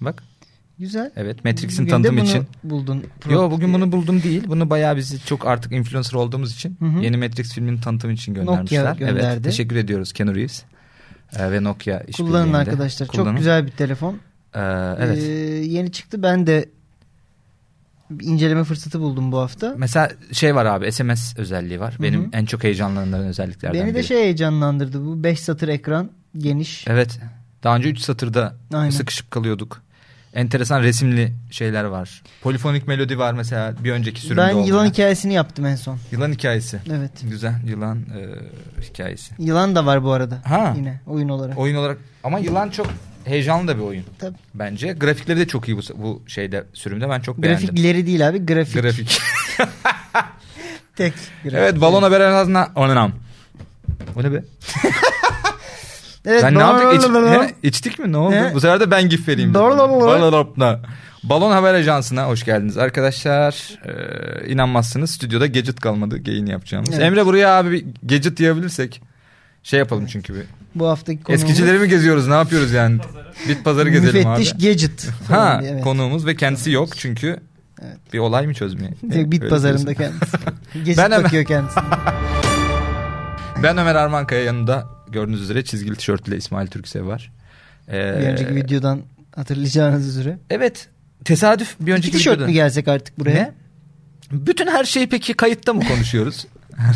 Bak Güzel. evet Matrix'in Bugün de tanıtım bunu için. buldun. Yo bugün bunu buldum değil. Bunu bayağı bizi çok artık influencer olduğumuz için Hı hı. yeni Matrix filminin tanıtım için göndermişler. Nokia gönderdi. Evet. Teşekkür ediyoruz Keanu Reeves. Ee, ve Nokia işbirliğinde. Kullanın arkadaşlar. Kullanın. Çok güzel bir telefon. Ee, evet. Ee, yeni çıktı. Ben de bir inceleme fırsatı buldum bu hafta. Mesela şey var abi SMS özelliği var. Benim en çok heyecanlandırılan özelliklerden Beni de biri. şey heyecanlandırdı. Bu 5 satır ekran geniş. Evet. Daha önce 3 satırda Aynen. sıkışıp kalıyorduk. Enteresan resimli şeyler var. Polifonik melodi var mesela bir önceki sürümde ben yılan olmayan. hikayesini yaptım en son. Yılan hikayesi. Evet. Güzel yılan e, hikayesi. Yılan da var bu arada. Ha. Yine oyun olarak. Oyun olarak ama yılan çok heyecanlı da bir oyun Tabii. bence. Grafikleri de çok iyi bu, bu şeyde sürümde ben çok beğendim. Grafikleri değil abi. Grafik. Grafik. Tek grafik. evet balon haber en azından. O ne lan? O ne be? Evet, ben ne balon- yaptık? İç- ne? İçtik mi? Ne oldu? Ne? Bu sefer de ben gif vereyim. dedim. Balon- Balon- Balon Haber Ajansı'na hoş geldiniz arkadaşlar. Ee, inanmazsınız stüdyoda gadget kalmadı. Gain yapacağımız. Evet. Emre buraya abi bir gadget diyebilirsek. Şey yapalım çünkü bir. Bu haftaki konuğumuz. Eskicileri mi geziyoruz ne yapıyoruz yani? Bit pazarı gezelim abi. Müfettiş Gadget. falan Ha diye, evet. konuğumuz ve kendisi yok çünkü bir olay mı çözmeye? Direkt bit Öyle pazarında diyorsun. kendisi. Gezip Ben hemen- bakıyor kendisi. Ben Ömer Armankaya yanında gördüğünüz üzere çizgili tişörtlü İsmail Türksev var. Ee, Bir önceki videodan hatırlayacağınız üzere. Evet. Tesadüf bir İki önceki tişört videoda. mü gelsek artık buraya? Ne? Bütün her şeyi peki kayıtta mı konuşuyoruz? Ya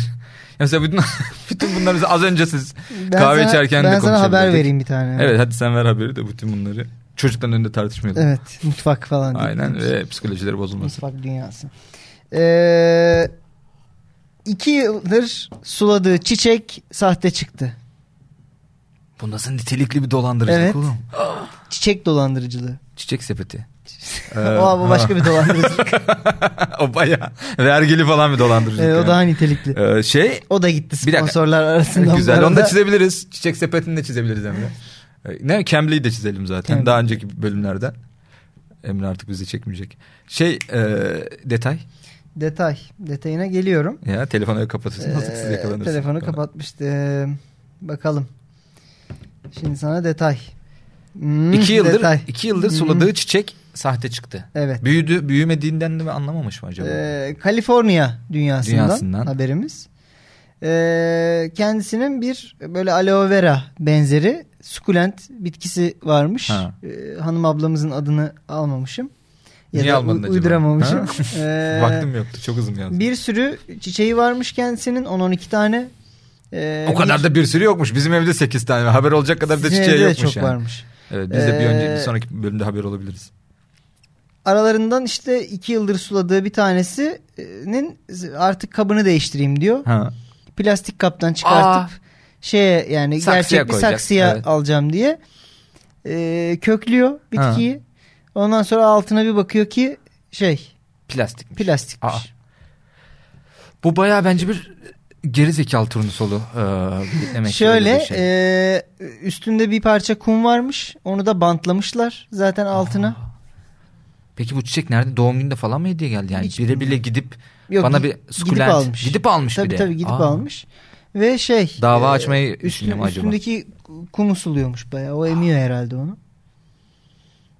Mesela bütün, bütün bunları biz az önce siz Ben kahve sana, içerken de Ben sana haber konuşabilirdik. vereyim bir tane. Evet hadi sen ver haberi de bütün bunları. Çocukların önünde tartışmayalım. Evet. Mutfak falan. diye Aynen biliyorsun. ve psikolojileri bozulmasın. Mutfak dünyası. Ee, iki yıldır suladığı çiçek sahte çıktı. Bu nasıl nitelikli bir dolandırıcılık Evet. oğlum? Çiçek dolandırıcılığı. Çiçek sepeti. Ee, o bu başka bir dolandırıcılık. o baya vergili falan bir dolandırıcılık. Evet, E, o yani. daha nitelikli. Ee, şey O da gitti Bir dakika. sponsorlar arasından. bu güzel onu da arada. çizebiliriz. Çiçek sepetini de çizebiliriz Emre. Ee, ne Cambly'i de çizelim zaten Cambly. daha önceki bölümlerden. Emre artık bizi çekmeyecek. Şey e, detay Detay. Detayına geliyorum. ya telefonu kapatırsın nasıl siz Ee, yakalanırsınız. Telefonu kapatmıştı. Ee, Bakalım. Şimdi sana detay. Hmm, İki yıldır, detay. Hmm. iki yıldır suladığı çiçek sahte çıktı. Evet. Büyüdü, büyümediğinden de mi anlamamış mı acaba? Ee, Kaliforniya dünyasından, Dünyasından. haberimiz. Ee, kendisinin bir böyle aloe vera benzeri sukulent bitkisi varmış. Ha. Ee, hanım ablamızın adını almamışım. Ya Niye da almadın u- acaba? Uyduramamışım. Ha? Ee, Vaktim yoktu çok uzun yazdım. bir sürü çiçeği varmış kendisinin 10-12 tane. Ee, o kadar bir- da bir sürü yokmuş. Bizim evde 8 tane haber olacak kadar da Sizin çiçeği evde de yokmuş çok yani. varmış. Evet, biz de bir, önce, bir Ee, sonraki bölümde haber olabiliriz. Aralarından işte iki yıldır suladığı bir tanesinin artık kabını değiştireyim diyor. Ha. Plastik kaptan çıkartıp şeye yani Saksıya gerçek bir koyacak, saksıya evet. alacağım diye Ee, köklüyor Ha. bitkiyi. Ondan sonra altına bir bakıyor ki şey Plastik. plastikmiş. Aa. Bu bayağı bence bir geri zekalı turnusolu ee, bir demek. ki öyle Şöyle bir şey. e, üstünde bir parça kum varmış. Onu da bantlamışlar zaten altına. Peki bu çiçek nerede? Doğum gününde falan mı hediye geldi? Yani Hiç bire bile bilmiyorum. gidip Yok, bana gi- bir gidip sukulent. almış. Gidip almış tabii bir de. tabii gidip Aa. almış. Ve şey. Dava e, açmayı üstün- düşünüyor mu acaba? Üstündeki kumu suluyormuş bayağı. O emiyor herhalde onu.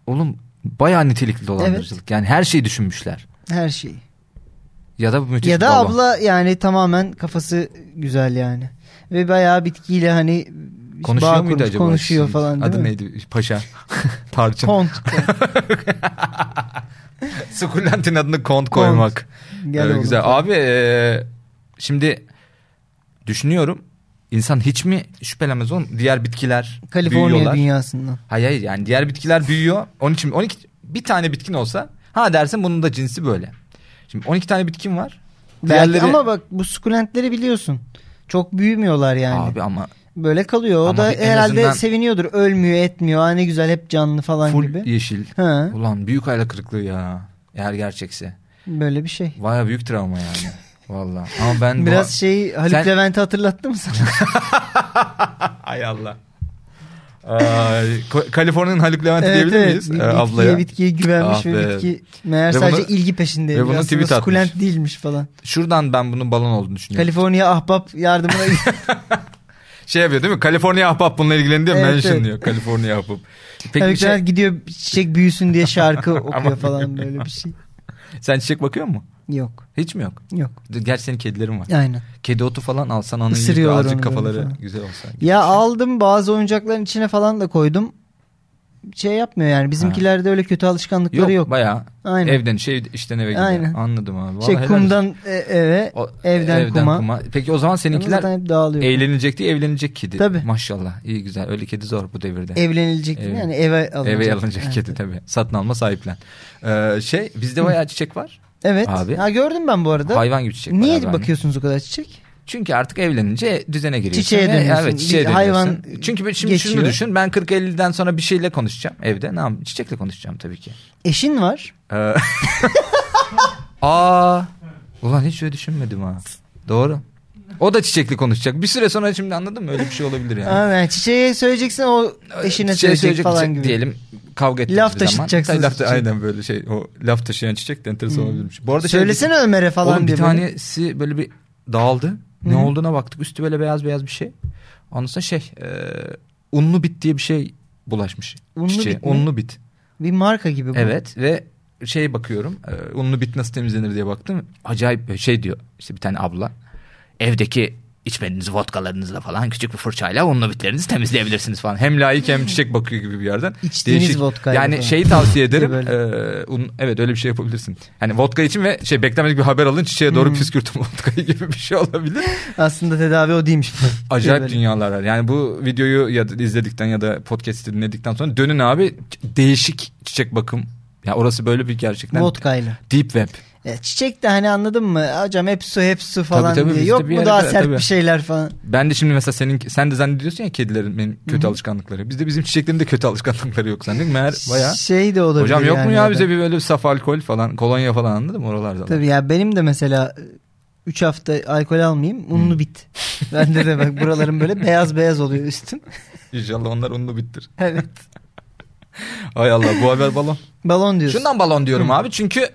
Oğlum bayağı nitelikli dolandırıcılık. Yani her şeyi düşünmüşler. Her şeyi. Ya da bu müthiş ya da bir balon. abla yani tamamen kafası güzel yani. Ve bayağı bitkiyle hani Konuşuyor bağ muydu kurmuş, acaba? Konuşuyor Şimdi falan değil Adı mi? neydi? Paşa. Tarçın. Kont. Sukulentin adını kont koymak. Gel Ee, oğlum. güzel. Abi ee, şimdi düşünüyorum insan hiç mi şüphelenmez oğlum? Diğer bitkiler Kaliforniya büyüyorlar. dünyasından. Hayır hayır yani diğer bitkiler büyüyor. Onun için 12 bir tane bitkin olsa ha dersin bunun da cinsi böyle. Şimdi 12 tane bitkin var. Belki ama bak bu sukulentleri biliyorsun. Çok büyümüyorlar yani. abi ama Böyle kalıyor. O Ama da bir- en herhalde azından- seviniyordur. Ölmüyor, etmiyor. Ha ne güzel hep canlı falan full gibi. yeşil. Ha, Ulan büyük hayal kırıklığı ya. Eğer gerçekse. böyle bir şey. Vay büyük travma yani. Valla. Ama ben bu- Biraz şey Haluk Sen- Levent'i hatırlattı mı sana? Ay Allah. Ay, Ko- Kaliforniya'nın Haluk Levent diyebilir miyiz? Bir Ee, bitkiye, ablaya. bitkiye güvenmiş Ah ve be. bitki meğer Ve sadece bunu- ilgi peşinde. ve bunu Aslında tweet atmış. Sukulent değilmiş falan. Şuradan ben bunun balon olduğunu düşünüyorum. Kaliforniya ahbap yardımına şey yapıyor değil mi? Kaliforniya ahbap bununla ilgilendi diyor. Evet, Mention evet. diyor. Kaliforniya ahbap. Peki bir Haluk şey, Levent gidiyor çiçek büyüsün diye şarkı okuyor falan böyle bir şey. sen çiçek bakıyor mu? Yok. Hiç mi yok? Yok. Gerçi senin kedilerin var. Aynen. Kedi otu falan alsan anın gibi Isırıyorlar azıcık onu böyle kafaları falan. güzel olsa. gibi. Ya aldım bazı oyuncakların içine falan da koydum. Şey yapmıyor yani. Bizimkilerde öyle kötü alışkanlıkları Yok, yok. bayağı Aynen. evden şey işten eve gidiyor. Aynen. Anladım abi. Vallahi şey helal olsun. kumdan e- eve, O- evden, kuma. Pekii o zaman seninkiler Zaten hep dağılıyor. eğlenecek diye evlenecek kedi. Tabii. Maşallah iyi güzel. Öyle kedi zor bu devirde. Evlenilecek değil mi? Evet. yani eve alınacak. Eve alınacak Evet. kedi tabii. Satın alma sahiplen. Ee, şey bizde bayağı çiçek var. Evet. Abi. Ha gördüm ben bu arada. Hayvan gibi çiçek var Niye abi, hani. bakıyorsunuz o kadar çiçek? Çünkü artık evlenince düzene giriyorsun. Çiçeğe Ve- dönüyorsun. Evet çiçeğe Bir dönüyorsun. hayvan Çünkü ben- şimdi şunu geçiyor. düşün. Ben 40-50'den sonra bir şeyle konuşacağım evde. Ne yapayım? Çiçekle konuşacağım tabii ki. Eşin var. Ee, Aa, ulan hiç öyle düşünmedim ha. Doğru. O da çiçekli konuşacak. Bir süre sonra şimdi anladın mı? Öyle bir şey olabilir yani. Aa, yani çiçeğe söyleyeceksin o eşine Çiçeğe söyleyecek falan çiçek gibi. Diyelim kavga ettiğimiz Laf zaman. taşıtacaksınız Tabii laf da- çiçek. aynen böyle şey. O laf taşıyan çiçek de enteresan olabilirmiş. Bu arada şey- Hmm. Söylesene Ömer'e falan Oğlum bir diye. böyle. tanesi böyle bir dağıldı. Ne Hı. olduğuna baktık. Üstü böyle beyaz beyaz bir şey. Ondan sonra şey e, unlu bit diye bir şey bulaşmış. Unlu çiçeğe. bit mi? Unlu bit. Bir marka gibi bu. Evet ve şey bakıyorum. e, unlu bit nasıl temizlenir diye baktım. Acayip bir şey diyor. İşte bir tane abla. Evdeki içmediğiniz vodkalarınızla falan küçük bir fırçayla unlu bitlerinizi temizleyebilirsiniz falan. Hem layık hem çiçek bakıyor gibi bir yerden. İçtiğiniz vodkayla Yani şey- falan. şeyi tavsiye ederim. Böyle. e, un- evet öyle bir şey yapabilirsin. Hani vodka için ve şey beklemedik bir haber alın çiçeğe doğru Hmm. püskürtün vodkayı gibi bir şey olabilir. Aslında tedavi o değilmiş. Acayip Böyle. dünyalar var. Yani bu videoyu ya da izledikten ya da podcast'i dinledikten sonra dönün abi ç- değişik çiçek bakım. Ya orası böyle bir gerçekten Vodkayla. deep web. E, çiçek de hani anladın mı? Hocam hep su hep su falan tabii, diye. bizde Yok bir mu yere daha kadar, sert tabii. bir şeyler falan. Ben de şimdi mesela senin sen de zannediyorsun ya kedilerin benim kötü Hı hı. alışkanlıkları. Bizde bizim çiçeklerin de kötü alışkanlıkları yok zannediyorum. Meğer bayağı Şey de olabilir Hocam yok yani mu ya da. bize bir böyle bir saf alkol falan kolonya falan anladın mı oralarda? Tabii ya benim de mesela 3 hafta alkol almayayım unlu bit. Bende de bak buralarım böyle beyaz beyaz oluyor üstüm. İnşallah onlar onunla bittir. evet. Hay Allah bu haber balon. Balon diyorsun. Şundan balon diyorum abi çünkü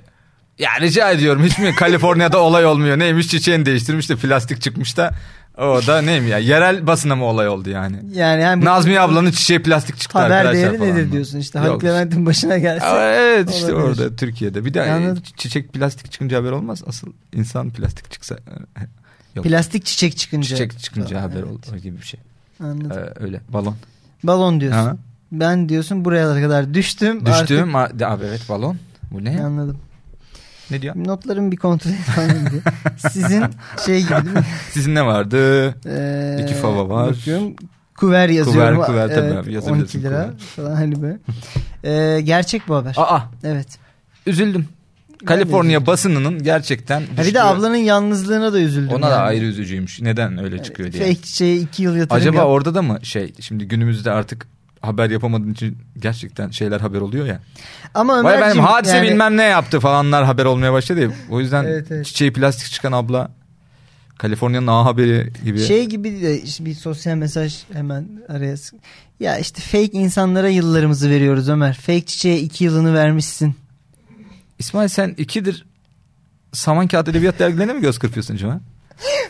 ya rica ediyorum hiç mi Kaliforniya'da olay olmuyor neymiş çiçeğini değiştirmiş de plastik çıkmış da o da neymiş ya yerel basına mı olay oldu yani. Yani hem Nazmiye ablanın çiçeği plastik çıktı haber arkadaşlar değeri falan nedir mı? diyorsun işte Yok. Haluk Levent'in başına gelse. Aa, Evet işte Olabilir. orada Türkiye'de. Bir de Yalnız- çi- çiçek plastik çıkınca haber olmaz. Asıl insan plastik çıksa Yok. Plastik çiçek çıkınca. çiçek çıkınca Falan, haber evet. olur gibi bir şey. Anladım. Ee, öyle balon. Balon diyorsun. Ha. Ben diyorsun buraya kadar düştüm. Düştüğüm ma- abi evet balon. Bu ne? Artık... Anladım. Ne diyor? Notlarımı bir kontrol edeyim diye. Sizin şey gibi değil mi? Sizin ne vardı? Ee, İki fava var. Bakıyorum. Kuver yazıyorum. Kuver, kuver, tabii abi, evet, yazabilirsin 12 lira falan hani böyle. Ee, gerçek bu haber. Aa evet. üzüldüm. Ben de Kaliforniya basınının gerçekten Ha, bir düştüğü- de ablanın yalnızlığına da üzüldüm. ona da yani. şey, ayrı üzücüymüş. Neden öyle çıkıyor diye. Fake çiçeğe iki yıl yatırım Acaba yap- orada da mı şey şimdi günümüzde artık haber yapamadığın için gerçekten şeyler haber oluyor ya. Ama Vay Ömerciğim benim hadise yani- bilmem ne yaptı falanlar haber olmaya başladı ya. O yüzden Evet, evet. çiçeği plastik çıkan abla Kaliforniya'nın A haberi gibi. Şey gibi de işte bir sosyal mesaj hemen araya sık- Ya işte fake insanlara yıllarımızı veriyoruz Ömer. Fake çiçeğe iki yılını vermişsin. İsmail sen ikidir saman kağıt edebiyat dergilerine mi göz kırpıyorsun Cuma?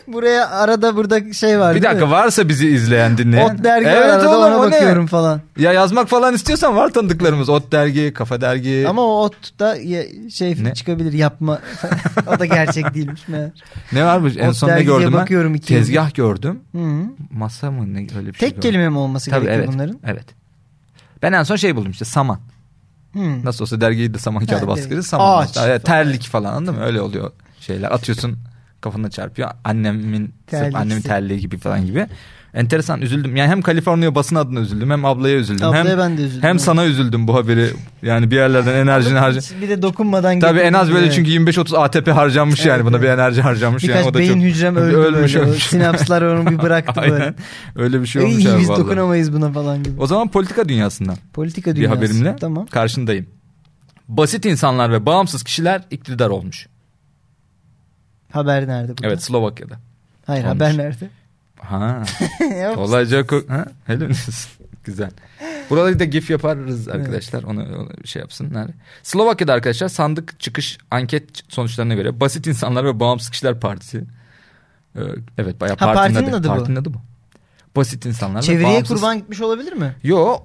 Buraya arada burada şey var Bir değil mi? dakika varsa bizi izleyen dinleyen. Ot dergi var arada oğlum, ona o ne? bakıyorum falan. Ya yazmak falan istiyorsan var tanıdıklarımız. Ot dergi, kafa dergi. Ama o ot da ye- şey Ee, Ne? çıkabilir yapma. o da gerçek değilmiş meğer. ne varmış en Ot son ne dergiye gördüm ben? bakıyorum iki Tezgah gördüm. Hı hı. Masa mı ne öyle bir şey. Tek gördüm. kelime mi olması Tabii gerekiyor evet. bunların? Evet. Ben en son şey buldum işte saman. Hı. Nasıl olsa dergiyi de saman kağıdı Ha, baskıcı direkt. saman. Ağaç Mesela, evet, terlik falan anladın mı? Öyle oluyor şeyler. Atıyorsun kafana çarpıyor. Annemin sırf Terliksi. annemin terliği gibi falan gibi. Enteresan üzüldüm. Yani hem Kaliforniya basın adına üzüldüm hem ablaya üzüldüm. Ablaya hem ben de üzüldüm. hem sana üzüldüm bu haberi. Yani bir yerlerden enerjini harca. Bir de dokunmadan Tabii getirdim en az böyle bile. çünkü 25-30 ATP harcanmış Evet, yani buna evet. bir enerji harcanmış Birkaç yani o da beyin çok hücrem öldü ölmüş, böyle. O ölmüş. Sinapslar onu bir bıraktı böyle. Aynen. öyle bir şey Ey, olmuş abi biz vallahi. dokunamayız buna falan gibi. O zaman politika dünyasından Politika bir dünyası. haberimle Tamam. karşındayım. Basit insanlar ve bağımsız kişiler iktidar olmuş. Haber nerede burada? Evet Slovakya'da. Hayır olmuş. haber nerede? Ha. Yok. Olacak o. Ha? Helal olsun. Güzel. Burada da gif yaparız arkadaşlar. Onu, onu şey yapsınlar. Slovakya'da arkadaşlar sandık çıkış anket sonuçlarına göre Basit İnsanlar ve Bağımsız Kişiler Partisi. Ee, Evet bayağı Ha, partinin, partinin adı, adı bu. partinin adı bu. Basit insanlar ve Çeviriye bağımsız. kurban gitmiş olabilir mi? Yo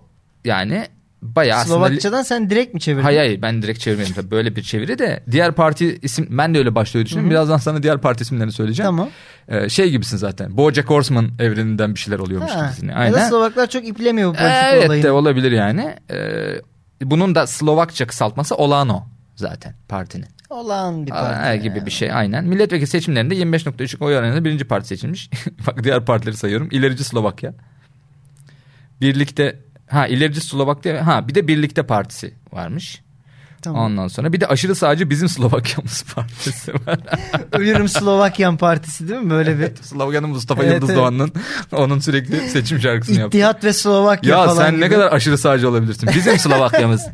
yani bayağı aslında Slovakçadan sen direkt mi çevirdin? Hayır hayır ben direkt çevirmedim tabii böyle bir çeviri de diğer parti isim ben de öyle başlıyor düşünüyorum. Birazdan sana diğer parti isimlerini söyleyeceğim. Tamam. Ee, şey gibisin zaten BoJack Horseman evreninden bir şeyler oluyormuş Ha. gibisin. Ya da Aynen. Slovaklar çok iplemiyor bu Ee, politik evet olayı. de olabilir yani. Ee, bunun da Slovakça kısaltması Olano zaten partinin. Olağan bir Aa, parti. gibi yani. bir şey aynen. Milletvekili seçimlerinde 25.3 oy oranıyla birinci parti seçilmiş. Bak diğer partileri sayıyorum. İlerici Slovakya. Birlikte ha ilerici Slovakya ha bir de Birlikte Partisi varmış. Tamam. Ondan sonra bir de aşırı sağcı bizim Slovakya'mız partisi var. Ölürüm Slovakyan partisi değil mi? Böyle bir Slovakya'nın Mustafa Evet, Yıldız evet. Doğan'ın onun sürekli seçim şarkısını yaptı. İttihat ve Slovakya Ya falan sen ne gibi. kadar aşırı sağcı olabilirsin. Bizim Slovakya'mız.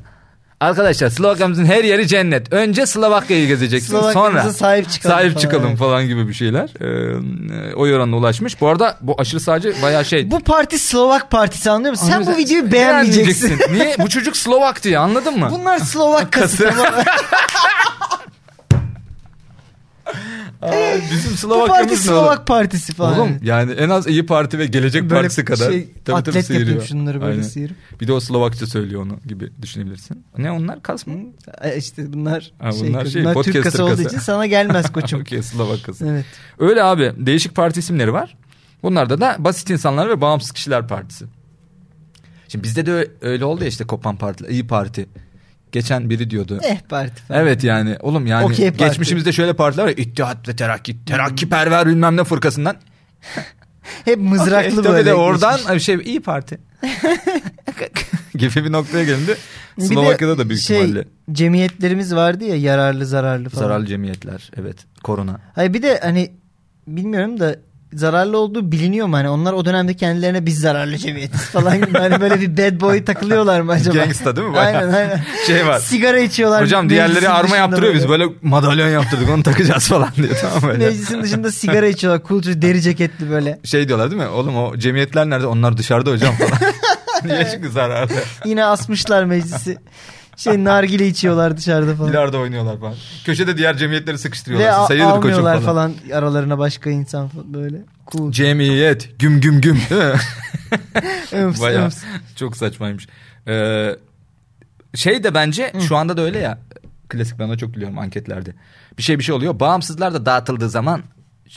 Arkadaşlar Slovakya'mızın her yeri cennet. Önce Slovakya'yı gezeceksin. Slovakya'mıza Sonra sahip çıkalım. sahip falan. çıkalım falan gibi bir şeyler. Ee, o oranına ulaşmış. Bu arada bu aşırı sağcı bayağı şey. Bu parti Slovak partisi anlıyor musun? Sen bu videoyu beğenmeyeceksin. Niye? Bu çocuk Slovak diye anladın mı? Bunlar Slovak kası. tamam mı? Aa, bizim bu parti Slovakya'mız ne oğlum? Slovak partisi falan. Oğlum yani en az iyi Parti ve Gelecek Böyle Partisi kadar. şey, Tabii tabii atlet yapayım sıyırıyor. şunları böyle Aynen. sıyırıp. Bir de o Slovakça söylüyor onu gibi düşünebilirsin. Ne onlar kas mı? E İşte bunlar, Ha, şey, bunlar bunlar, şey, podcaster Türk kası kası. olduğu için sana gelmez koçum. Okey Slovak kası. Evet. Öyle abi değişik parti isimleri var. Bunlarda da basit insanlar ve bağımsız kişiler partisi. Şimdi bizde de ö- öyle oldu ya işte kopan partiler, iyi parti. Geçen biri diyordu. Eh parti falan. Evet yani oğlum yani Okey parti. geçmişimizde şöyle partiler var ya İttihat ve Terakki, Terakki Perver bilmem ne fırkasından. Hep mızraklı Okey, tabii böyle. de oradan şey iyi parti. gibi bir noktaya gelindi. geçmiş. Bir de Slovakya'da da büyük şey, ihtimalle Cemiyetlerimiz vardı ya yararlı zararlı falan. zararlı cemiyetler evet korona. Hayır bir de hani bilmiyorum da zararlı olduğu biliniyor mu? Hani onlar o dönemde kendilerine biz zararlı cemiyetiz falan gibi. Hani böyle bir bad boy takılıyorlar mı acaba? Gangsta değil mi? Bayağı Aynen aynen. Şey var. Sigara içiyorlar. Hocam meclisin diğerleri arma dışında yaptırıyor biz böyle madalyon yaptırdık onu takacağız falan diyor tamam böyle. Meclisin dışında sigara içiyorlar. Kulcu deri ceketli böyle. Şey diyorlar değil mi? Oğlum o cemiyetler nerede? Onlar dışarıda hocam falan. Niye çünkü zararlı. Yine asmışlar meclisi. Şey nargile içiyorlar dışarıda falan. Bilardo oynuyorlar falan. Köşede diğer cemiyetleri sıkıştırıyorlar. Ve Siz a- Sayıyordur koçum almıyorlar falan. falan. aralarına başka insan falan böyle. Cool. Cemiyet güm güm güm. değil mi? Öms, Bayağı öms. çok saçmaymış. Ee, şey de bence şu anda da öyle ya. Klasik ben onu çok biliyorum anketlerde. Bir şey bir şey oluyor. Bağımsızlar da dağıtıldığı zaman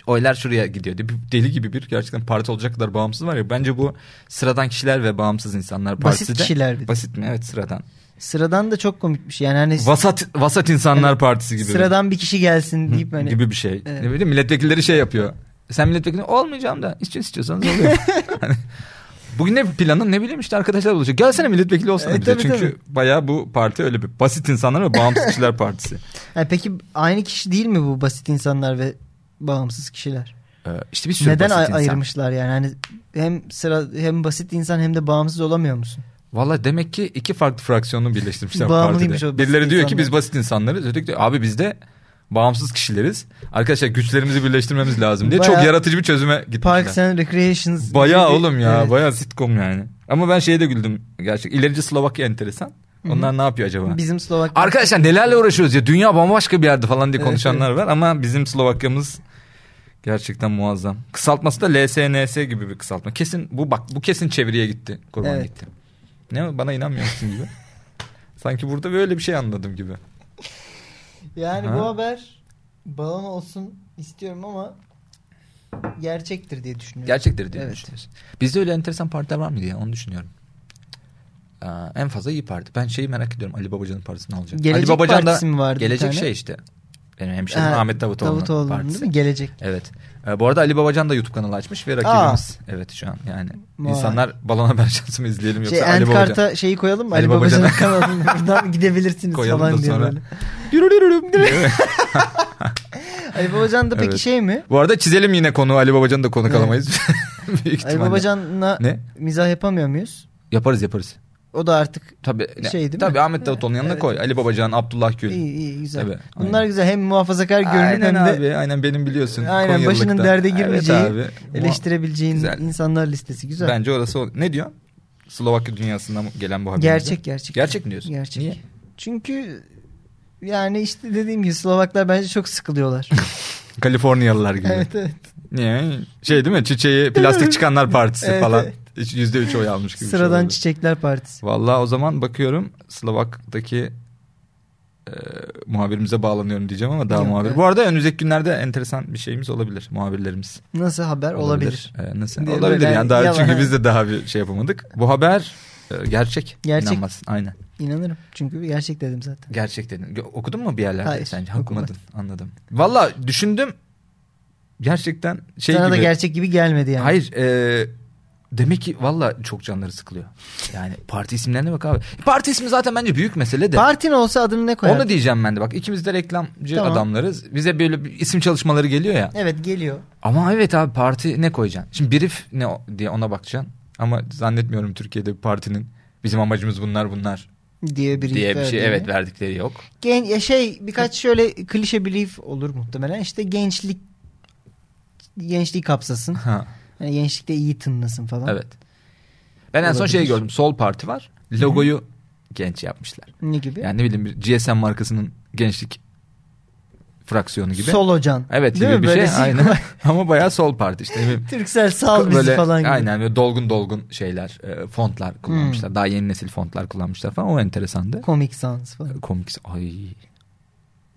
oylar şuraya gidiyor. diye bir- Deli gibi bir gerçekten parti olacak kadar bağımsız var ya. Bence bu sıradan kişiler ve bağımsız insanlar partisi Basit de- kişiler bir de. Basit mi? Evet sıradan. Sıradan da çok komikmiş. Yani hani Vasat vasat insanlar partisi gibi. sıradan bir kişi gelsin deyip hani gibi bir şey. Evet. Ne bileyim milletvekilleri şey yapıyor. Sen milletvekili olmayacağım da için istiyorsanız oluyor. Hani Bugün ne planın ne bileyim işte arkadaşlar buluşacak. Gelsene milletvekili olsana E, bize. tabii, Çünkü bayağı bu parti öyle bir basit insanlar ve bağımsız kişiler partisi. Ha, peki aynı kişi değil mi bu basit insanlar ve bağımsız kişiler? Ee, işte bir sürü Neden basit ay- insan. ayırmışlar yani? Hani hem sıra hem basit insan hem de bağımsız olamıyor musun? Valla demek ki iki farklı fraksiyonu birleştirmişler Bağımlıymış partide. o basit Birileri diyor ki insanlar. biz basit insanlarız. Öteki diyor abi biz de bağımsız kişileriz. Arkadaşlar güçlerimizi birleştirmemiz lazım diye çok Bayağı- yaratıcı bir çözüme gitmişler. Parks and Recreations. Bayağı gibi- oğlum ya Evet. bayağı sitcom yani. Ama ben şeye de güldüm gerçek. İlerici Slovakya enteresan. Onlar ne yapıyor acaba? Bizim Slovak. Arkadaşlar nelerle uğraşıyoruz ya dünya bambaşka bir yerde falan diye Evet, konuşanlar var ama bizim Slovakya'mız gerçekten muazzam. Kısaltması da LSNS gibi bir kısaltma. Kesin bu bak bu kesin çeviriye gitti. Kurban Evet. gitti. Ne o? bana inanmıyorsun gibi. Sanki burada böyle bir şey anladım gibi. yani Ha. bu haber balon olsun istiyorum ama gerçektir diye düşünüyorum. Gerçektir diye Evet. düşünüyorsun. Bizde öyle enteresan partiler var mıydı ya onu düşünüyorum. Aa, en fazla iyi parti. Ben şeyi merak ediyorum Ali Babacan'ın partisi ne olacak? Gelecek Ali Babacan partisi mi vardı bir Gelecek tane? şey işte. Benim hemşerim Ha, şey Ahmet Davutoğlu'nun Davutoğlu'nun partisi. değil mi? Gelecek. Evet. Ee, bu arada Ali Babacan da YouTube kanalı açmış ve rakibimiz. Evet şu an yani. Vay. insanlar balon haber şansı mı izleyelim yoksa Şey, Ali end Babacan. karta şeyi koyalım mı? Ali Ali, Babacan'ın Babacan'a. kanalına buradan gidebilirsiniz Koyalım da falan diye sonra. böyle. Dürürürüm diye. Ali Babacan da peki Evet. şey mi? bu arada çizelim yine konu Ali Babacan'ı da konuk Evet. alamayız. Büyük Ali ihtimalle. Babacan'la Ne? mizah yapamıyor muyuz? Yaparız yaparız. O da artık Tabii. Şey değil mi? Tabii Ahmet Davutoğlu'nun yanına Evet. koy. Ali Babacan, Abdullah Gül. İyi iyi güzel. Evet, Bunlar aynen. güzel hem muhafazakar görünüp aynen hem de abi aynen benim biliyorsun. Aynen, Konyalılıktan. başının derde girmeyeceği evet abi. eleştirebileceğin Güzel. insanlar listesi güzel. Bence orası o. Ne diyor? Slovakya dünyasından gelen bu haber. gerçek gerçek. Gerçek mi diyorsun? Gerçek. Niye? Çünkü yani işte dediğim gibi Slovaklar bence çok sıkılıyorlar. Kaliforniyalılar gibi. evet evet. Niye? Şey değil mi? Çiçeği plastik çıkanlar partisi Evet, falan. evet. Yüzde üç oy almış gibi. bir şey Sıradan olabilir. Çiçekler Partisi. Vallahi o zaman bakıyorum Slovak'taki e, muhabirimize bağlanıyorum diyeceğim ama daha Yok, muhabir. evet. Bu arada önümüzdeki günlerde enteresan bir şeyimiz olabilir muhabirlerimiz. Nasıl haber? Olabilir. E, nasıl? Değil mi? olabilir Ben- yani daha yalan. çünkü biz de daha bir şey yapamadık. Bu haber e, gerçek. Gerçek. İnanmazsın. Aynen. İnanırım. Çünkü gerçek dedim zaten. Gerçek dedin. Gö- Okudun mu bir yerlerde Hayır, sence? Okumadın. okumadım. Anladım. Valla düşündüm. Gerçekten şey Sana da gibi. gerçek gibi gelmedi yani. Hayır. e, demek ki valla çok canları sıkılıyor. Yani parti isimlerine bak abi. Parti ismi zaten bence büyük mesele de. Partin olsa adını ne koyardın? Onu diyeceğim ben de bak ikimiz de reklamcı Tamam. adamlarız. Bize böyle bir isim çalışmaları geliyor ya. Evet geliyor. Ama evet abi parti ne koyacaksın? Şimdi brief ne o- diye ona bakacaksın. Ama zannetmiyorum Türkiye'de bir partinin bizim amacımız bunlar bunlar Diye bir diye bir ifade şey ediyor. evet verdikleri yok. Gen ya şey birkaç şöyle klişe belief olur muhtemelen. İşte gençlik gençliği kapsasın. Ha, Yani gençlikte iyi tınlasın falan. evet. Ben en son Olabilir. şeyi gördüm. Sol parti var. Logoyu genç yapmışlar. Ne gibi? Yani ne bileyim bir GSM markasının gençlik fraksiyonu gibi. Sol hocan. Evet Değil gibi mi? bir Böyle şey. Aynen. Ama bayağı sol parti işte. Ne bileyim, Türksel sal bizi böyle, falan gibi. Aynen böyle dolgun dolgun şeyler, e, fontlar kullanmışlar. Daha yeni nesil fontlar kullanmışlar falan. O enteresandı. Komik sans falan. Komik. Ay.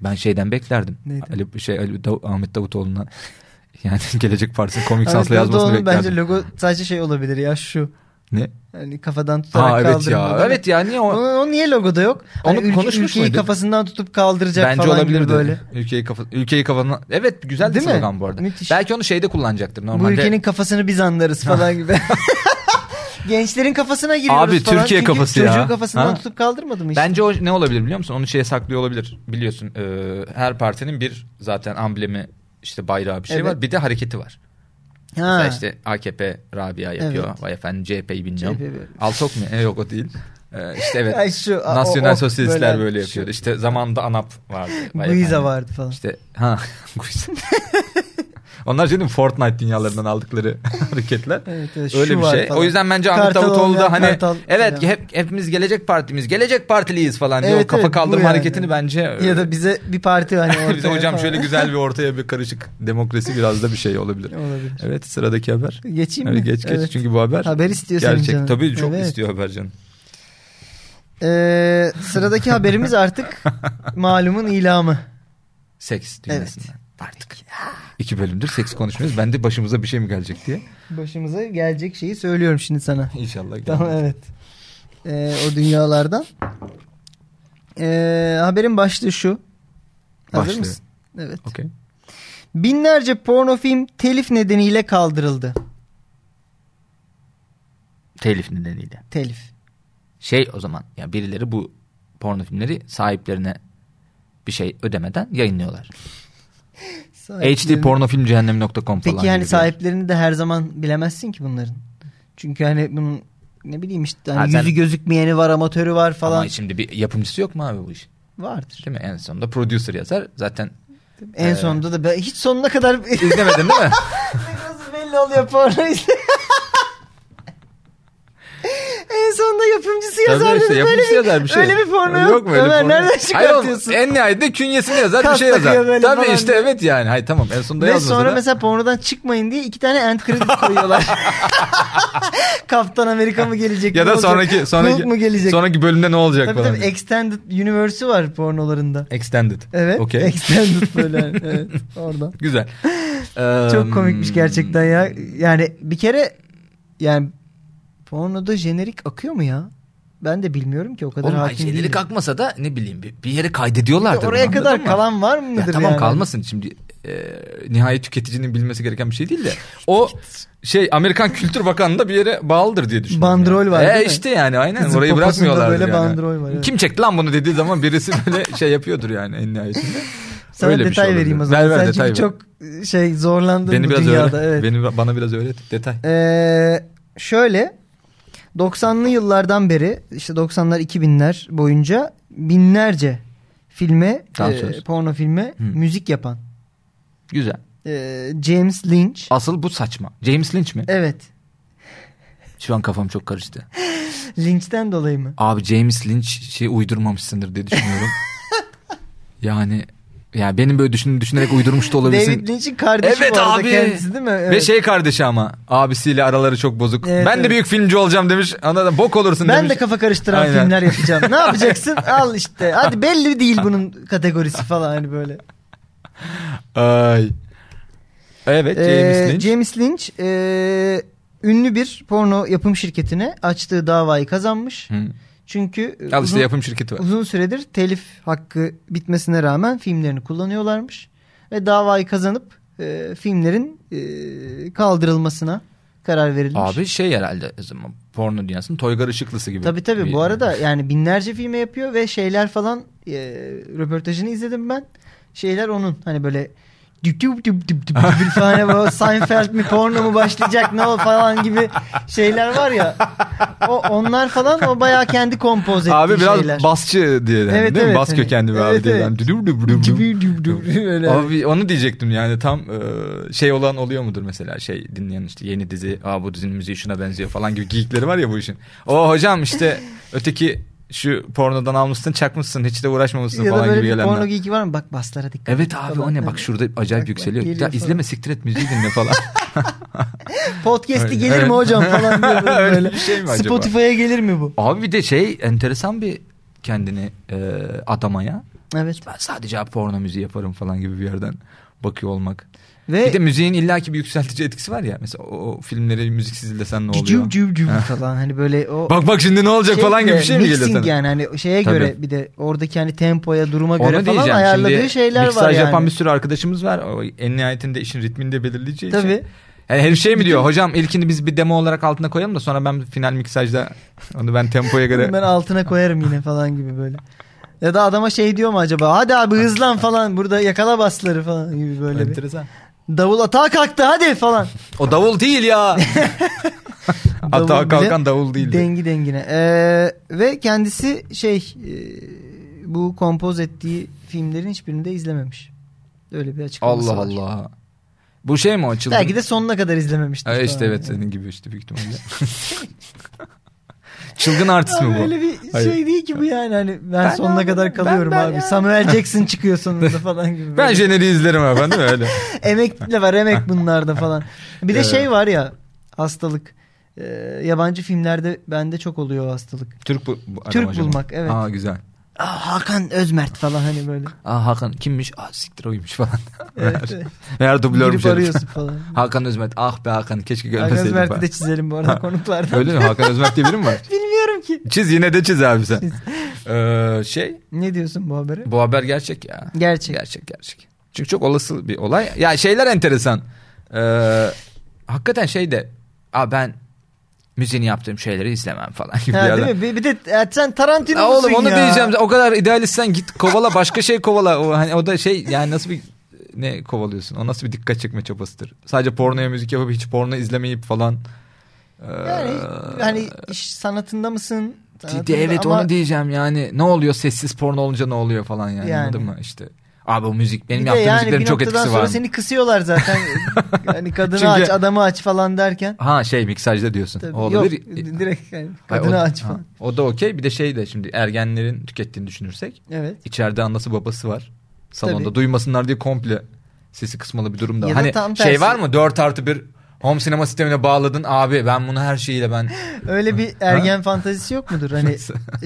Ben şeyden beklerdim. Neydi? Ali, şey, Ali Dav- Ahmet Davutoğlu'na yani Gelecek Partisi'nin komik Ahmet sansla yazmasını Davutoğlu'nun beklerdim. bence logo sadece şey olabilir ya şu. Ne? Yani kafadan tutarak Ha evet ya. kaldırmadan. Evet ya niye o? O, o niye logoda yok? Hani Onu ülke- konuşmuş ülkeyi muyduk? kafasından tutup kaldıracak Bence falan olabilir gibi böyle. böyle. Ülkeyi kafa ülkeyi kafana. Evet güzel bir Değil mi? slogan bu arada. Müthiş. Belki onu şeyde kullanacaktır normalde. Bu ülkenin kafasını biz anlarız falan gibi. Gençlerin kafasına giriyoruz Abi, falan. Türkiye Çünkü kafası çocuğu ya. kafasından Ha? tutup kaldırmadı mı işte? Bence o ne olabilir biliyor musun? Onu şeye saklıyor olabilir. Biliyorsun e, her partinin bir zaten amblemi işte bayrağı bir şey Evet. var. Bir de hareketi var. ha. Mesela işte AKP Rabia yapıyor. Evet. Vay efendim CHP'yi bilmiyorum. CHP böyle. Altok mu? E, yok o değil. E, işte evet. Şey Ay şu, a- o- Nasyonel o- sosyalistler böyle, şu- yapıyordu. İşte zamanında ANAP vardı. Vay Guiza efendim. vardı falan. İşte ha Guiza. Onlar şimdi Fortnite dünyalarından aldıkları hareketler. Evet, evet, Öyle şu bir var şey. falan. O yüzden bence Ahmet Kartal Davutoğlu olmayan da hani kartal evet falan. hep hepimiz gelecek partimiz, gelecek partiliyiz falan diye Evet, o kafa evet, bu kaldırma yani. hareketini bence Ya da bize bir parti hani ortaya bize hocam falan. şöyle güzel bir ortaya bir karışık demokrasi biraz da bir şey olabilir. Olabilir. Evet sıradaki haber. Geçeyim Hadi mi? geç geç Evet. çünkü bu haber Haber istiyor senin gerçek. canın. Tabii çok Evet. istiyor haber canım. Ee, sıradaki haberimiz artık malumun ilamı. Seks Evet. dünyasından. Artık iki bölümdür seks konuşmuyoruz. Ben de başımıza bir şey mi gelecek diye. Başımıza gelecek şeyi söylüyorum şimdi sana. İnşallah gelmez. Tamam evet. Ee, o dünyalardan. Ee, haberin başlığı şu. Hazır Başlığı. mısın? Evet. Okey. Binlerce porno film telif nedeniyle kaldırıldı. Telif nedeniyle. Telif. Şey o zaman ya birileri bu porno filmleri sahiplerine bir şey ödemeden yayınlıyorlar. Sahiplerini- hdpornofilmcehennem.com falan Peki gibi bir yani yer. sahiplerini de her zaman bilemezsin ki bunların. Çünkü hani bunun ne bileyim işte hani Ha, sen- yüzü gözükmeyeni var, amatörü var Ama falan. şimdi bir yapımcısı yok mu abi bu iş? Vardır. Değil mi? En sonunda producer yazar. Zaten En Ee. sonunda da ben- hiç sonuna kadar izlemedin değil mi? Nasıl belli oluyor porno izle- En sonunda yapımcısı yazar. Tabii işte dedi. böyle yapımcısı bir, yazar bir şey. Öyle bir porno yok. Yok mu öyle Ömer porno? nereden Hayır oğlum, çıkartıyorsun? en nihayetinde künyesini yazar bir Kas şey yazar. takıyor böyle Tabii falan işte diye. evet yani. Hayır tamam en sonunda Ve yazmasa sonra da. mesela pornodan çıkmayın diye iki tane end credit koyuyorlar. Kaptan Amerika mı gelecek? ya ne da olacak? sonraki sonraki Hulk mu gelecek? sonraki bölümde ne olacak tabii falan. tabii extended universe'ü var pornolarında. Extended. Evet. Okey. Extended böyle. yani, evet, oradan. Güzel. Çok komikmiş gerçekten ya. Yani bir kere yani pornoda jenerik akıyor mu ya? Ben de bilmiyorum ki o kadar Oğlum ay, hakim değilim. şeyleri kalkmasa da ne bileyim bir, bir yere kaydediyorlardır. bunu, Oraya anladın kadar mı? kalan var Ya mıdır tamam yani? kalmasın şimdi e, nihayet tüketicinin bilmesi gereken bir şey değil de o şey Amerikan Kültür Bakanlığı'nda bir yere bağlıdır diye düşünüyorum. Bandrol yani. var, E değil mi? işte yani aynen Kızın orayı poposunda bırakmıyorlar. böyle yani. bandrol var, evet. Kim çekti lan bunu dediği zaman birisi böyle şey yapıyordur yani en nihayetinde. Sana Öyle bir detay şey olabilir. vereyim o zaman. Ver, ver, Sen detay çünkü ver. çok şey zorlandın Beni bu biraz dünyada. öğret. Evet. Beni bana biraz öğret detay. Ee, şöyle 90'lı yıllardan beri işte 90'lar 2000'ler boyunca binlerce filme, Dansöz. e, porno filme Hı. müzik yapan Güzel. e, James Lynch. Asıl bu saçma. James Lynch mi? Evet. Şu an kafam çok karıştı. Lynch'ten dolayı mı? Abi James Lynch şey uydurmamışsındır diye düşünüyorum. yani Yani benim böyle düşün, düşünerek uydurmuş da olabilirsin. David Lynch'in kardeşi Evet bu arada abi. kendisi değil mi? Evet. Ve şey kardeşi ama abisiyle araları çok bozuk. Evet, ben de evet. büyük filmci olacağım demiş. Anladın bok olursun ben demiş. de kafa karıştıran şey- Aynen. filmler yapacağım. Ne yapacaksın? Al işte. Hadi belli değil bunun kategorisi falan hani böyle. Ay. Evet James Ee, Lynch. James Lynch e, ünlü bir porno yapım şirketine açtığı davayı kazanmış. Hı. Çünkü e, Al uzun, işte yapım şirketi var. uzun süredir telif hakkı bitmesine rağmen filmlerini kullanıyorlarmış. Ve davayı kazanıp e, filmlerin e, kaldırılmasına karar verilmiş. Abi şey herhalde o zaman porno dünyasının Toygar Işıklısı gibi. Tabii tabii bir- bu arada yani binlerce filme yapıyor ve şeyler falan e, röportajını izledim ben. Şeyler onun hani böyle düp düp düp düp düp düp falan böyle Seinfeld mi porno mu başlayacak ne o falan gibi şeyler var ya. O onlar falan o bayağı kendi kompoz ettiği Abi biraz şeyler. basçı diye de, Evet, değil mi? evet, Bas hani. kökenli bir Evet, abi diye. evet. Yani düdüm düdüm düdüm düdüm. Düp düp düp düp öyle. Abi onu diyecektim yani tam e, şey olan oluyor mudur mesela şey dinleyen işte yeni dizi aa bu dizinin müziği şuna benziyor falan gibi geyikleri var ya bu işin. O hocam işte öteki şu pornodan almışsın çakmışsın hiç de uğraşmamışsın ya da falan gibi böyle bir porno gelenler. geeki var mı? Bak baslara dikkat Evet et abi falan. o ne Yani bak şurada acayip Bak, bak, yükseliyor. Ya geliyor falan. izleme siktir et müziği dinle falan. Podcast'i Öyle, gelir evet. mi hocam falan diyor Öyle böyle. bir şey mi acaba? Spotify'a gelir mi bu? abi bir de şey enteresan bir kendini e, adamaya. Evet. Ben sadece abi porno müziği yaparım falan gibi bir yerden bakıyor olmak. Ve bir de müziğin illaki bir yükseltici etkisi var ya. Mesela o, o filmleri müziksiz izlesen ne oluyor? cücüm cücüm falan hani böyle o Bak bak şimdi ne olacak falan gibi bir şey mi geliyor mixing sana? yani hani şeye Tabii. göre bir de oradaki hani tempoya duruma Onu göre falan diyeceğim. ayarladığı Şimdi şeyler miksaj var yani. yapan bir sürü arkadaşımız var. O en nihayetinde işin ritmini de belirleyeceği için. Tabii. Yani herif şey mi diyor? Hocam ilkini biz bir demo olarak altına koyalım da sonra ben final miksajda onu ben tempoya göre... Bunu Ben altına koyarım yine falan gibi böyle. Ya da adama şey diyor mu acaba? Hadi abi hızlan falan burada yakala basları falan gibi böyle bir. Enteresan. Davul atağa kalktı hadi falan. O davul değil ya. Atağa Davul bile kalkan davul değil. Dengi dengine. Ee, ve kendisi şey e, bu kompoz ettiği filmlerin hiçbirini de izlememiş. Öyle bir açıklaması Allah var. Allah. Bu şey mi o çılgın? Belki de sonuna kadar izlememiştir. Ha, işte falan. evet senin gibi işte büyük ihtimalle. çılgın artist mi Abi bu? Öyle bir Hayır. şey değil ki bu yani hani ben, Ben sonuna abi, kadar ben- kalıyorum ben abi. ya. Samuel Jackson çıkıyor sonunda falan gibi. Ben Böyle. jeneri izlerim efendim öyle. emek de var emek bunlarda falan. Bir de Evet. şey var ya hastalık. Ee, yabancı filmlerde bende çok oluyor o hastalık. Türk bu, bu adam Türk acaba. bulmak, evet. Aa güzel. Aa, Hakan Özmert falan hani böyle. Aa Hakan kimmiş? Aa siktir oymuş falan. Evet. Meğer dublörmüş Girip herif. arıyorsun falan. Hakan Özmert. Ah be Hakan keşke Hakan görmeseydim. Özmert'i falan. de çizelim bu arada konuklardan. Öyle mi? Hakan Özmert diye biri mi var? Bilmiyorum ki. Çiz yine de çiz abi sen. Ee, şey Ne diyorsun bu habere? bu haber gerçek ya. Gerçek. Gerçek gerçek. Çünkü çok olası bir olay. Ya şeyler enteresan. Ee, hakikaten şey de. Aa ben müziğini yaptığım şeyleri izlemem falan gibi bir Ha, yerden. değil mi? Bir, bir de e, sen Tarantino Aa, musun oğlum onu ya? diyeceğim. O kadar idealistsen git kovala başka şey kovala. O, hani o da şey yani nasıl bir ne kovalıyorsun? O nasıl bir dikkat çekme çabasıdır? Sadece pornoya müzik yapıp hiç porno izlemeyip falan. Ee, Yani hani iş sanatında mısın? di- Sanatında di- evet ama- onu diyeceğim yani. Ne oluyor sessiz porno olunca ne oluyor falan yani, Yani. anladın mı? İşte abi o müzik benim Bir de yaptığım yani müziklerin bir çok noktadan etkisi sonra var. mı? seni kısıyorlar zaten. yani kadını Çünkü- aç, adamı aç falan derken. Ha şey miksajda diyorsun. Tabii, o yok, olabilir. direkt yani Ay, o- kadını aç ha, falan. O da okey. Bir de şey de şimdi ergenlerin tükettiğini düşünürsek. Evet. İçeride anası babası var. Salonda Tabii. duymasınlar diye komple sesi kısmalı bir durumda. Ya da hani tam tersi. şey var mı 4 artı 1 home sinema sistemine bağladın abi ben bunu her şeyiyle ben. Öyle bir ergen fantazisi yok mudur? Hani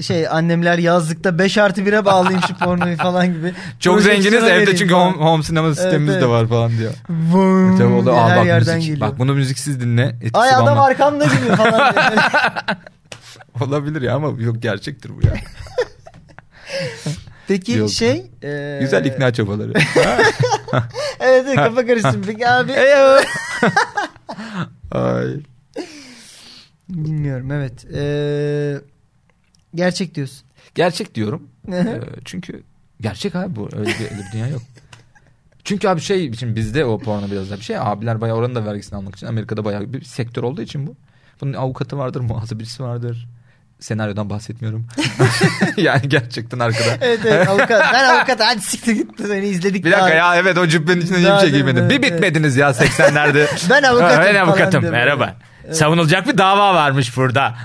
şey annemler yazlıkta 5 artı 1'e bağlayayım şu pornoyu falan gibi. Çok Projeksiyona zenginiz evde vereyim çünkü falan. home, home sinema sistemimiz evet. de var falan diyor. E, Vum Tabii o da diye "Aa, her bak, yerden müzik, geliyor. bak bunu müziksiz dinle. etkisi Ay adam bambaşka." arkamda gibi falan. diye. Olabilir ya ama yok gerçektir bu ya. Peki Yok. şey. E... Güzel ikna çabaları. Evet evet, kafa karıştım. Peki abi. Ay. Bilmiyorum evet. E... Gerçek diyorsun. Gerçek diyorum. Ee, çünkü gerçek abi bu öyle bir, öyle bir dünya yok. Çünkü abi şey için bizde o porno biraz da bir şey. Abiler bayağı oranın da vergisini almak için Amerika'da bayağı bir sektör olduğu için bu. Bunun avukatı vardır, muhasebecisi vardır. Senaryodan bahsetmiyorum. yani gerçekten arkada. evet evet avukat. Ben avukat hadi siktir git seni izledik. Bir dakika daha. ya evet o cübbenin içinde Daha hiçbir şey değil, giymedim. evet, Bir evet. bitmediniz ya 80'lerde. Ben avukatım. ben falan avukatım diyor. merhaba. Savunulacak bir dava varmış burada.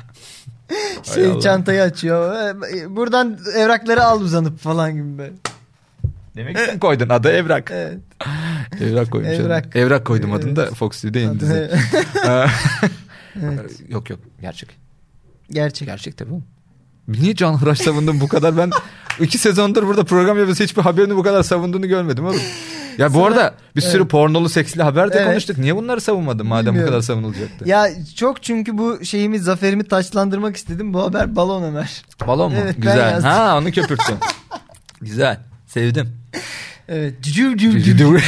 Şey Hay Allah. çantayı açıyor. Ee, Buradan evrakları al uzanıp falan gibi. böyle. Demek kim koydun adı Evrak. Evet. Evrak koymuş. Evrak. Evrak. Evrak koydum adını da Evet. Fox TV'de yeni dizi. Adı- Evet. Yok yok gerçek. Gerçek. Gerçek tabii oğlum. Niye Can Hıraş savundun bu kadar? Ben iki sezondur burada program yapıyoruz. Hiçbir haberini bu kadar savunduğunu görmedim oğlum. Ya bu Sana- arada bir sürü Evet. pornolu seksli haber de Evet. konuştuk. Niye bunları savunmadın madem bu Bilmiyorum. kadar savunulacaktı? Ya çok çünkü bu şeyimi zaferimi taçlandırmak istedim. Bu haber balon Ömer. Balon mu? Evet, ben Güzel. yazdım. Ha onu köpürttün. Güzel. Sevdim. Evet. Cücüm cücüm cücüm.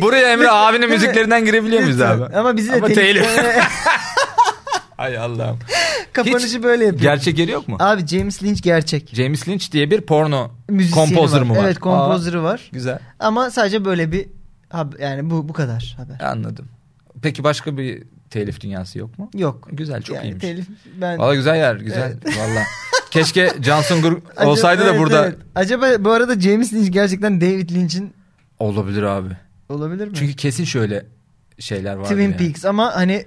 Buraya Emre Lütfen, abinin lütfen. müziklerinden girebiliyor muyuz Lütfen. abi? Ama bizi de Ama telif- telif. Ay Allah'ım. Kapanışı böyle yapıyor. Gerçek yeri yok mu? Abi James Lynch gerçek. James Lynch diye bir porno Müzisyeni kompozör var. mu var? Evet kompozörü var. Aa, güzel. Ama sadece böyle bir hab- yani bu bu kadar haber. Anladım. Peki başka bir telif dünyası yok mu? Yok. Güzel çok yani iyiymiş. telif ben Valla güzel yer güzel valla. Keşke Johnson Grup Acaba- olsaydı da evet, burada. evet. Acaba bu arada James Lynch gerçekten David Lynch'in Olabilir abi. olabilir mi? Çünkü kesin şöyle şeyler var. Twin Peaks ama hani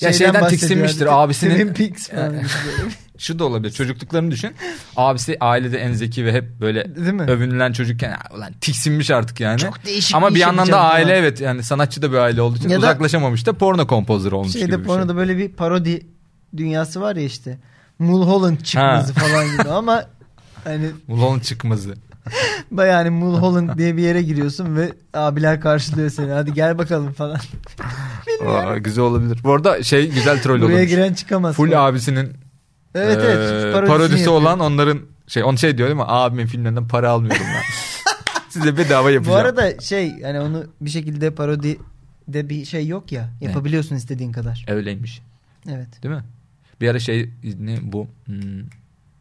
şeyden tiksinmiştir, abisinin- Twin Peaks falan. Yani. gibi. Şu da olabilir çocukluklarını düşün. Abisi ailede en zeki ve hep böyle Değil mi? övünülen çocukken "Ya ulan tiksinmiş artık yani. Çok değişik Ama bir iş yandan da yapacağım aile falan. evet yani sanatçı da bir aile olduğu için Ya da- uzaklaşamamış da porno kompozörü olmuş gibi Şeyde bir pornoda şey. böyle bir parodi dünyası var ya işte. Mulholland çıkmazı falan gibi ama hani Ulan çıkmazı. bayağı hani Mulholland diye bir yere giriyorsun ve abiler karşılıyor seni. Hadi gel bakalım falan. Aa, güzel olabilir. Bu arada şey güzel troll Buraya olmuş. giren çıkamaz. Full falan. abisinin Evet Ee, evet. parodisi, yapıyor. olan onların şey on şey diyor değil mi? Abimin filmlerinden para almıyorum ben. Size bedava Bu yapacağım. arada şey hani onu bir şekilde parodi de bir şey yok ya. Yapabiliyorsun istediğin kadar. öyleymiş. Evet. Değil mi? Bir ara şey ne bu hmm,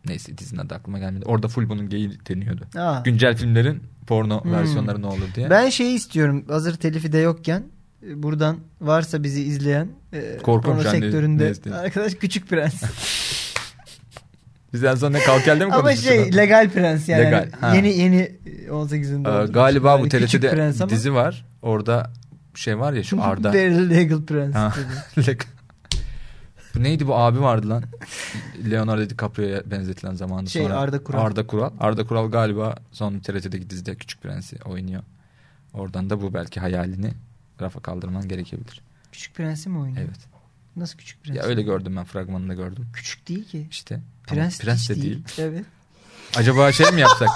neyse dizinin adı aklıma gelmedi. Orada full bunun geyi deniyordu. Aa. Güncel filmlerin porno Hmm. versiyonları ne olur diye. Ben şeyi istiyorum. Hazır telifi de yokken e, buradan varsa bizi izleyen e, Korkuyorum porno şu an ne- ne sektöründe izleyelim. arkadaş küçük prens. Biz en son ne kalkelde mi ama konuşmuştuk? şey legal prens yani. Legal, ha. Yeni yeni e, 18 Ee, yılında. doldurmuş. galiba bu Yani küçük TRT'de prens ama- dizi var. Orada şey var ya şu Arda. Very legal prens. Ha. dedi. Leg- bu neydi bu abi vardı lan? Leonardo DiCaprio'ya benzetilen zamanı Şey, sonra. Arda Kural. Arda Kural. Arda Kural galiba son TRT'deki dizide Küçük Prens'i oynuyor. Oradan da bu belki hayalini rafa kaldırman gerekebilir. Küçük prensi mi oynuyor? Evet. Nasıl küçük prens? Ya öyle gördüm ben fragmanını gördüm. Küçük değil ki. İşte. Ama Prens, prens hiç de değil. Evet. Acaba şey mi yapsak?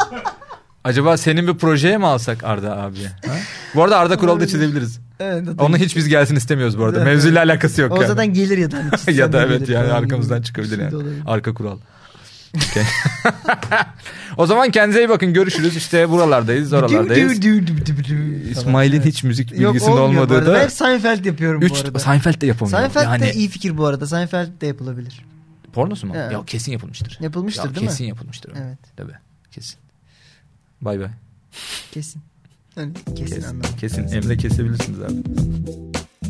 Acaba senin bir projeye mi alsak Arda abi? Ha? Bu arada Arda Kural'ı da Olabilir. çizebiliriz. evet o da- Onu hiç biz gelsin istemiyoruz bu arada. Zaten- Mevzuyla alakası yok o yani. zaten gelir ya da. hani çizsem ya da de evet gelir yani falan arkamızdan gibi. çıkabilir Bir şey de yani. olabilir. Arka kural. Okey. o zaman kendinize iyi bakın görüşürüz. İşte buralardayız, oralardayız. Dü- dü- dü- dü- dü- dü- falan. İsmail'in Evet. hiç müzik Yok, bilgisinde olmuyor bu olmadığı arada. Ben da hep Seinfeld yapıyorum bu 3 arada. Seinfeld de yapamıyor. Seinfeld yani de iyi fikir bu arada. Seinfeld de yapılabilir. pornosu mu? Evet. Ya kesin yapılmıştır. Yapılmıştır Ya değil kesin mi? yapılmıştır. Evet. Evet Tabii. Kesin. Bay bay. kesin. Yani kesin, Kesin. anladım. Kesin. Emre kesebilirsiniz abi.